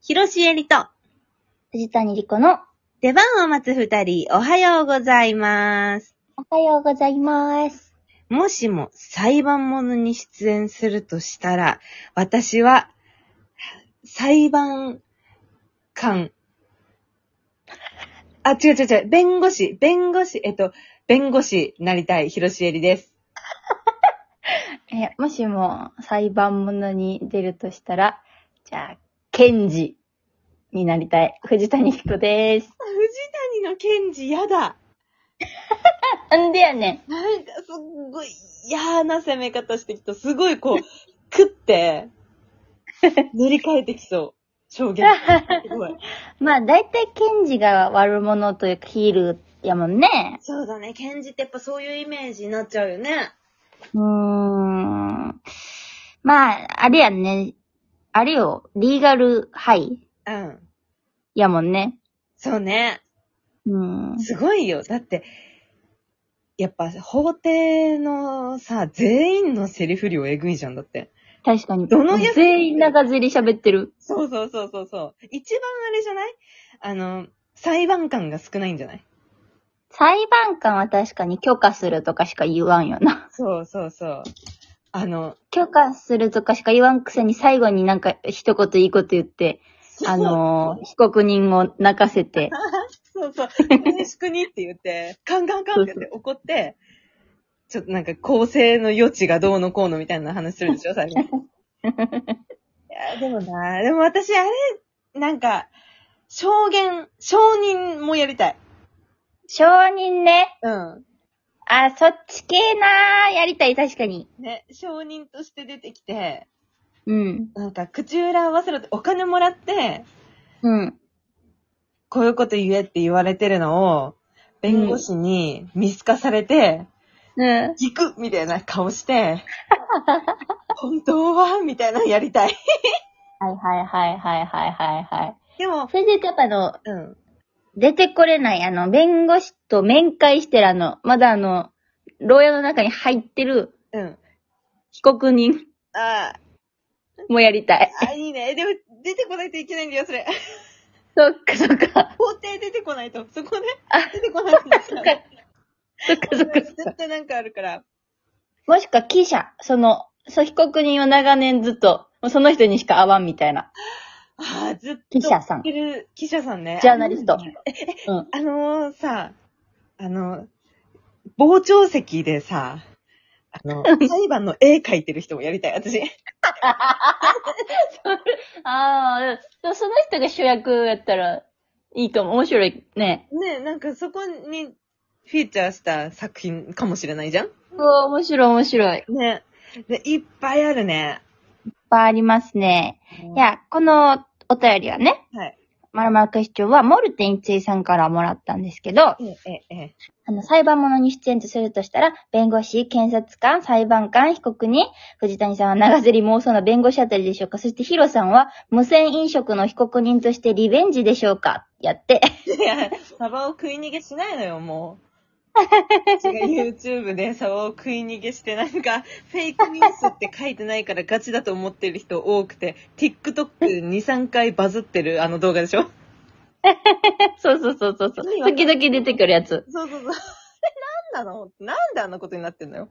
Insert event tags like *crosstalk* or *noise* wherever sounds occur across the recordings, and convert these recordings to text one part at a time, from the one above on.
広しえりと、藤谷莉子の出番を待つ二人、おはようございます。おはようございます。もしも裁判者に出演するとしたら、私は、裁判官。あ、違う違う違う、弁護士、弁護士、えっと、弁護士なりたい、広しえりです。え、もしも裁判者に出るとしたら、じゃあ、検事になりたい。藤谷莉子です。藤谷の検事やだ。なんでやねなんかすっごい嫌な攻め方してきた。すごいこう、食 *laughs* って、塗り替えてきそう。証言。すごい。ん。まあ、だいたい検事が悪者というかヒールやもんね。そうだね。検事ってやっぱそういうイメージになっちゃうよね。うーん。まあ、あれやんね。あれよ、リーガルハイうん。やもんね。そうね。うん。すごいよ。だって、やっぱ法廷のさ、全員のセリフ量えぐいじゃん、だって。確かに。どのやつ全員長ずり喋ってる。そうそうそうそうそう。一番あれじゃないあの、裁判官が少ないんじゃない裁判官は確かに許可するとかしか言わんよな。そうそうそう。あの、許可するとかしか言わんくせに最後になんか一言いいこと言って、あのー、被告人を泣かせて、そうそう。厳粛にって言って、カンカンカンって言って怒って、ちょっとなんか構成の余地がどうのこうのみたいな話するでしょ、最後。いや、でもな、でも私あれ、なんか、証言、証人もやりたい。 *laughs* 承認ね。うん。あ、そっち系なー。やりたい、確かに。ね、証人として出てきて、うん。なんか口裏合わせろってお金もらって、うん。こういうこと言えって言われてるのを、弁護士に見透かされて、うん。行くみたいな顔して、 *laughs* 本当はみたいなのやりたい。はいはいはいはいはいはいはい。でも、それで、やっぱあの、うん。出てこれない、あの、弁護士と面会してるあの、まだあの、牢屋の中に入ってるうん。被告人あーもやりたい。あー、いいね。でも、出てこないといけないんだよ、それ。そっかそっか。法廷出てこないと。そこねあ。出てこないとなっちゃう。そっかそっかそっか絶。対なんかあるから。もしくは記者、その、そう、被告人を長年ずっと、もうその人にしか会わんみたいな。ああ、ずっと。記者さん。いる記者さんね。ジャーナリスト。うん。あのーさ、あのー傍聴席でさ、あ *laughs* の、裁判の絵描いてる人もやりたい、私。ああ、でもその人が主役やったら、いいかも。面白いね。ねなんかそこにフィーチャーした作品かもしれないじゃんうわ、面白い面白い。いっね。で、いっぱいあるね。ぱいありますね。いや、このお便りはね、はい。まるまるクエスチョンは、モルテン一井さんからもらったんですけど、ええ、ええ。あの、裁判者に出演とするとしたら、弁護士、検察官、裁判官、被告人、藤谷さんは長ゼリ妄想の弁護士あたりでしょうかそしてヒロさんは、無銭飲食の被告人としてリベンジでしょうかやって。 *laughs* いや、サバを食い逃げしないのよ、もう。私が YouTube でサバを食い逃げして、なんか、フェイクニュースって書いてないからガチだと思ってる人多くて、TikTok2、3回バズってるあの動画でしょそうそうそうそう。そう時々出てくるやつ。そう *laughs* そうそう。あれ、なんなのなんであんなことになってんのよ。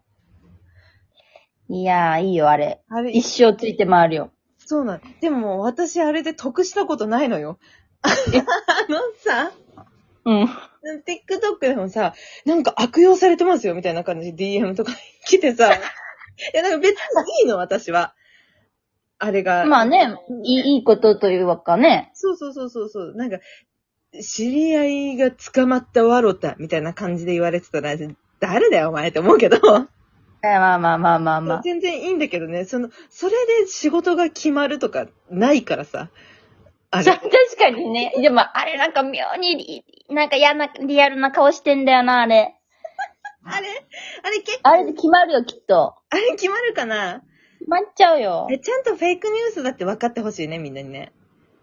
いやー、いいよ、あれ。あれ、一生ついて回るよ。そうなの。でも、私、あれで得したことないのよ。あのさ、うん。 TikTok でもさ、なんか悪用されてますよみたいな感じで DM とか来て *laughs* さ、いや、なんか別にいいの、私は。あれが。まあね、いいいいことというわかね。そうそうそうそうそう。なんか、知り合いが捕まったわろたみたいな感じで言われてたら、誰だよ、お前って思うけど。えまあまあまあまあまあ。全然いいんだけどね、その、それで仕事が決まるとかないからさ。あそうれ。確かにね。でも、あれなんか妙にリ、なんか嫌な、リアルな顔してんだよな、あれ。あれあれ結構、あれで決まるよ、きっと。あれ決まるかな決まっちゃうよ。え、ちゃんとフェイクニュースだって分かってほしいね、みんなにね。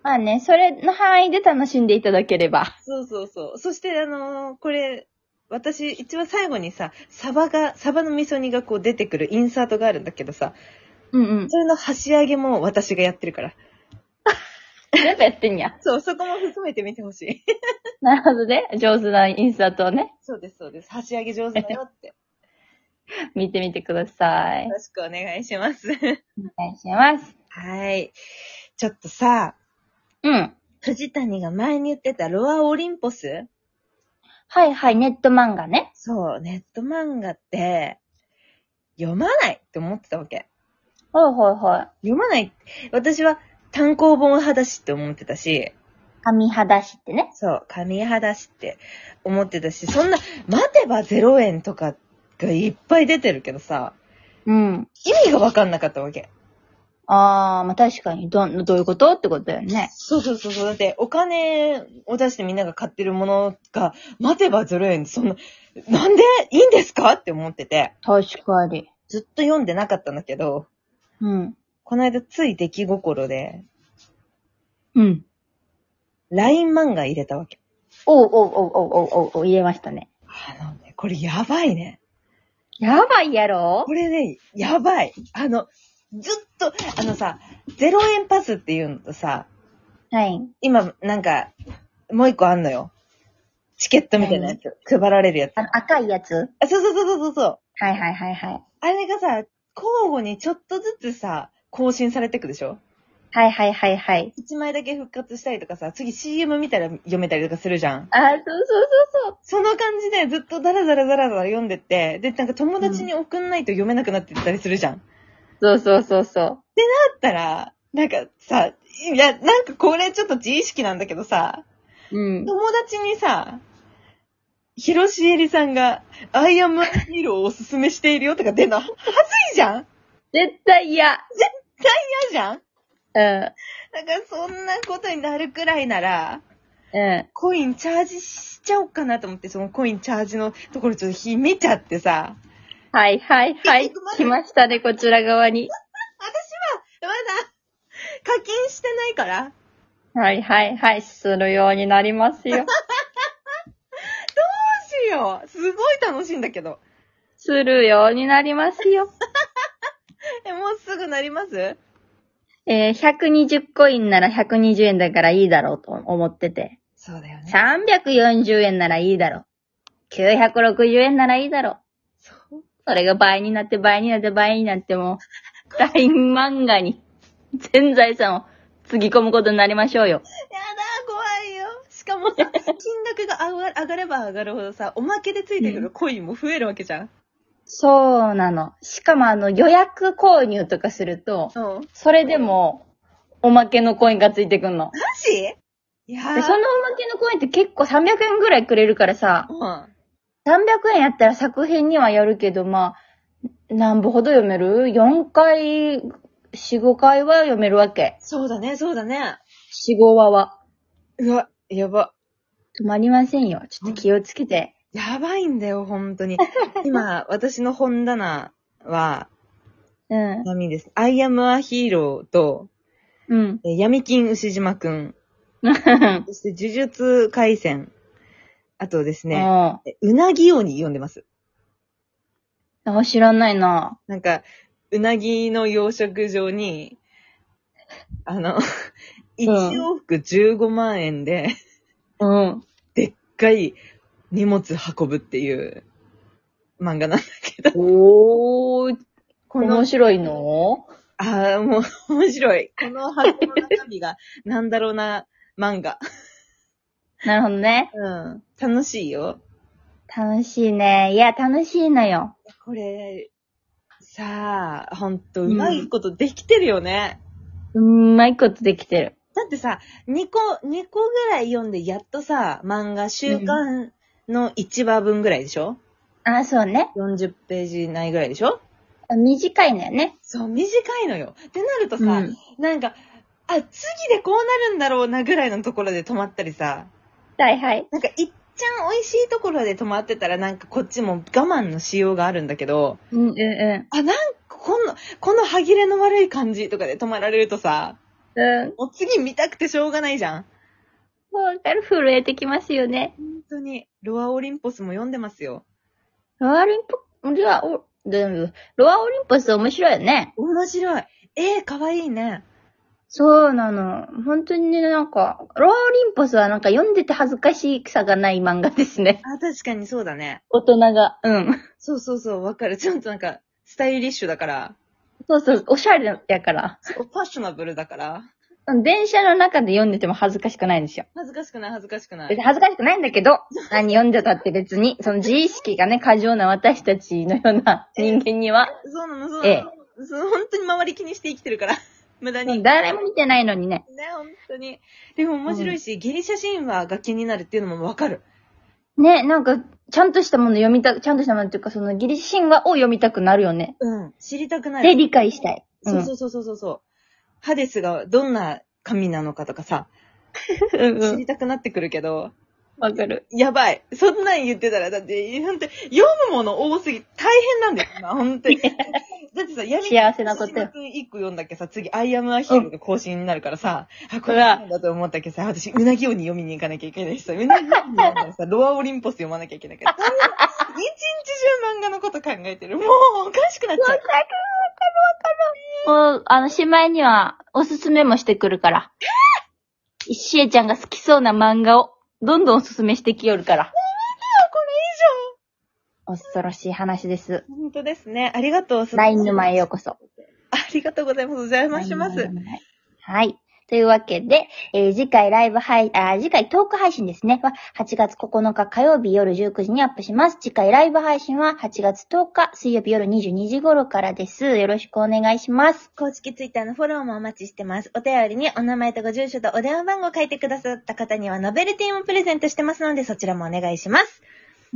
まあね、それの範囲で楽しんでいただければ。そうそうそう。そして、あのーこれ、私、一番最後にさ、サバが、サバの味噌煮がこう出てくるインサートがあるんだけどさ、うんうん。それの箸上げも私がやってるから。全部やってんや。 *laughs* そう、そこも含めて見てほしい。なるほどね。上手なインサートをね、 *laughs* そうです、そうです。箸上げ上手 *laughs* だよって。見てみてくださいよ。ろしくお願いします。お願いします。はい。ちょっとさ、うん。藤谷が前に言ってたロアオリンポスはいはい、ネット漫画ね。そう、ネット漫画って、読まないって思ってたわけ。はいはいはい。読まない。私は単行本裸しって思ってたし、紙肌しってね。そう、紙肌しって思ってたし、そんな、待てば0円とかがいっぱい出てるけどさ、うん。意味がわかんなかったわけ。あー、まあ確かに、ど、どういうことってことだよね。そうそうそうそう。だって、お金を出してみんなが買ってるものが、待てば0円、そんな、なんでいいんですかって思ってて、確かに。ずっと読んでなかったんだけど、うん。この間つい出来心で、うん。 LINE 漫画入れたわけ。おうおうおうおうおうおうおう、言えましたね。あのね、これやばいね。やばいやろこれね、やばい。あの、ずっと、あのさ、0円パスっていうのとさ、はい。今、なんか、もう一個あんのよ。チケットみたいなやつ。配られるやつ。あの、赤いやつあ、そうそうそうそうそう。はいはいはいはい。あれがさ、交互にちょっとずつさ、更新されてくでしょはいはいはいはい。一枚だけ復活したりとかさ、次 CM 見たら読めたりとかするじゃん。あー、そうそうそうそう。その感じでずっとダラダラダラダラ読んでって、で、なんか友達に送んないと読めなくなってったりするじゃん。そうそうそうそう。だったら、なんかさ、いや、なんかこれちょっと自意識なんだけどさ、うん。友達にさ、広しえりさんが、アイアムアヒーローをおすすめしているよとか出んの、はずいじゃん嫌絶対嫌。じゃんうん。なんかそんなことになるくらいなら、うコインチャージしちゃおうかなと思って、そのコインチャージのところちょっと日見ちゃってさ、ん。はいはいはい。来ましたね、こちら側に。まだ課金してないから、はいはいはい。するようになりますよ。どうしよう。すごい楽しいんだけど。するようになりますよ。え、もうすぐなりますえー、120コインなら120円だからいいだろうと思ってて。そうだよね。 340円ならいいだろう。960円ならいいだろう。そう。それが倍になって倍になって倍になってもう、LINE 漫画に全財産をつぎ込むことになりましょうよ。やだ、怖いよ。しかも *laughs* さ、金額が上が上がれば上がるほどさ、おまけでついてくるコインも増えるわけじゃん。そうなの。しかもあの予約購入とかすると、うん。マそれでもおまけのコインがついてくんの。ジいやで、ー。そのおまけのコインって結構300円ぐらいくれるからさ、うん。 300円やったら作品にはやるけど、まあ、なんぼほど読める ?4 回、4、5回は読めるわけ。そうだね、そうだね。 4、5話は。うわ、やば。止まりませんよ。ちょっと気をつけて。やばいんだよ、本当に。 *laughs* 今、私の本棚は、うん。闇です。アイアムアヒーローと、うん。え闇金牛島くん、そして呪術回戦、あとですね、ねえうなぎ鬼読んでます。うん。あ、知らないな。なんか、うなぎの養殖場に、あ *laughs* の、1往復15万円で、うん。でっかい荷物運ぶっていう漫画なんだけど、おー、この面白いのああ、もう、面白い。この箱の中身 *laughs* が、なんだろうな、漫画。なるほどね。うん。楽しいよ。楽しいね。いや、楽しいのよ。これ、さあ、ほんと、うまいことできてるよね。うまいことできてる。だってさ、2個、2個ぐらい読んで、やっとさ、漫画、週刊の1話分ぐらいでしょ、あ、そうね。 ?40 ページないぐらいでしょ短いのよね。そう、短いのよ。ってなるとさ、うん。なんか、あ、次でこうなるんだろうなぐらいのところで止まったりさ、はいはい。なんか、いっちゃん美味しいところで泊まってたら、なんかこっちも我慢のしようがあるんだけど、うんうんうあ、なんかこの、この歯切れの悪い感じとかで泊まられるとさ、ん。うん。もう次見たくてしょうがないじゃん。わかる。震えてきますよね。本当に、ロアオリンポスも読んでますよ。ロアリンポ、ロアオ、でもロアオリンポス面白いよね。面白い。ええー、かわいいね。そうなの。本当にね、なんか、ローリンポスはなんか読んでて恥ずかしさがない漫画ですね。あ、確かにそうだね。大人が。うん。そうそうそう、わかる。ちゃんとなんか、スタイリッシュだから、そうそう、おしゃれやから。そうファッショナブルだから、電車の中で読んでても恥ずかしくないんですよ。恥ずかしくない恥ずかしくな別にい。恥ずかしくないんだけど、何読んでたって別に、その自意識がね、過剰な私たちのよう *laughs* な人間には、そうなの、そうえなの。そう本当に周り気にして生きてるから、無駄に。誰も見てないのにね。ね、本当に。でも面白いし、ギリシャ神話が気になるっていうのもわかる。ね、なんか、ちゃんとしたもの読みたく、ちゃんとしたものっていうか、そのギリシャ神話を読みたくなるよね。うん。知りたくなで、る。理解したい。そうそうそうそうそうそう。ハデスがどんな神なのかとかさ、 *laughs* うんう知ん。りたくなってくるけど、わかる。やばい。そんなん言ってたら、だって、本当に読むもの多すぎ、大変なんだよ、今、本 *laughs* 当に。だってさ、やり幸せなことよよ。一個読んだっけさ、次、アイアムアヒーローが更新になるからさ、あ、これなんだと思ったっけさ、私、うなぎ鬼読みに行かなきゃいけないしさ、うなぎ鬼読んだら *laughs* さ、ロアオリンポス読まなきゃいけないから、大変一日中漫画のこと考えてる。もう、おかしくなっちゃう。もう、あの、しまいには、おすすめもしてくる *laughs* から。しえちゃんが好きそうな漫画を、どんどんおすすめしてきよるから。恐ろしい話です。本当ですね。ありがとう、す LINE 沼へようこそ。ありがとうございます。お邪魔します。はい。というわけで、えー次回ライブ配、あー、次回トーク配信ですね。は、8月9日火曜日夜19時にアップします。次回ライブ配信は8月10日水曜日夜22時頃からです。よろしくお願いします。公式ツイッターのフォローもお待ちしてます。お便りにお名前とご住所とお電話番号を書いてくださった方にはノベルティもプレゼントしてますのでそちらもお願いします。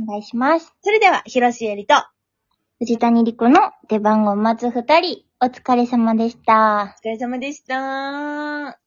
お願いします。それでは、広しえりと、藤谷莉子の出番を待つ二人、お疲れ様でした。お疲れ様でした。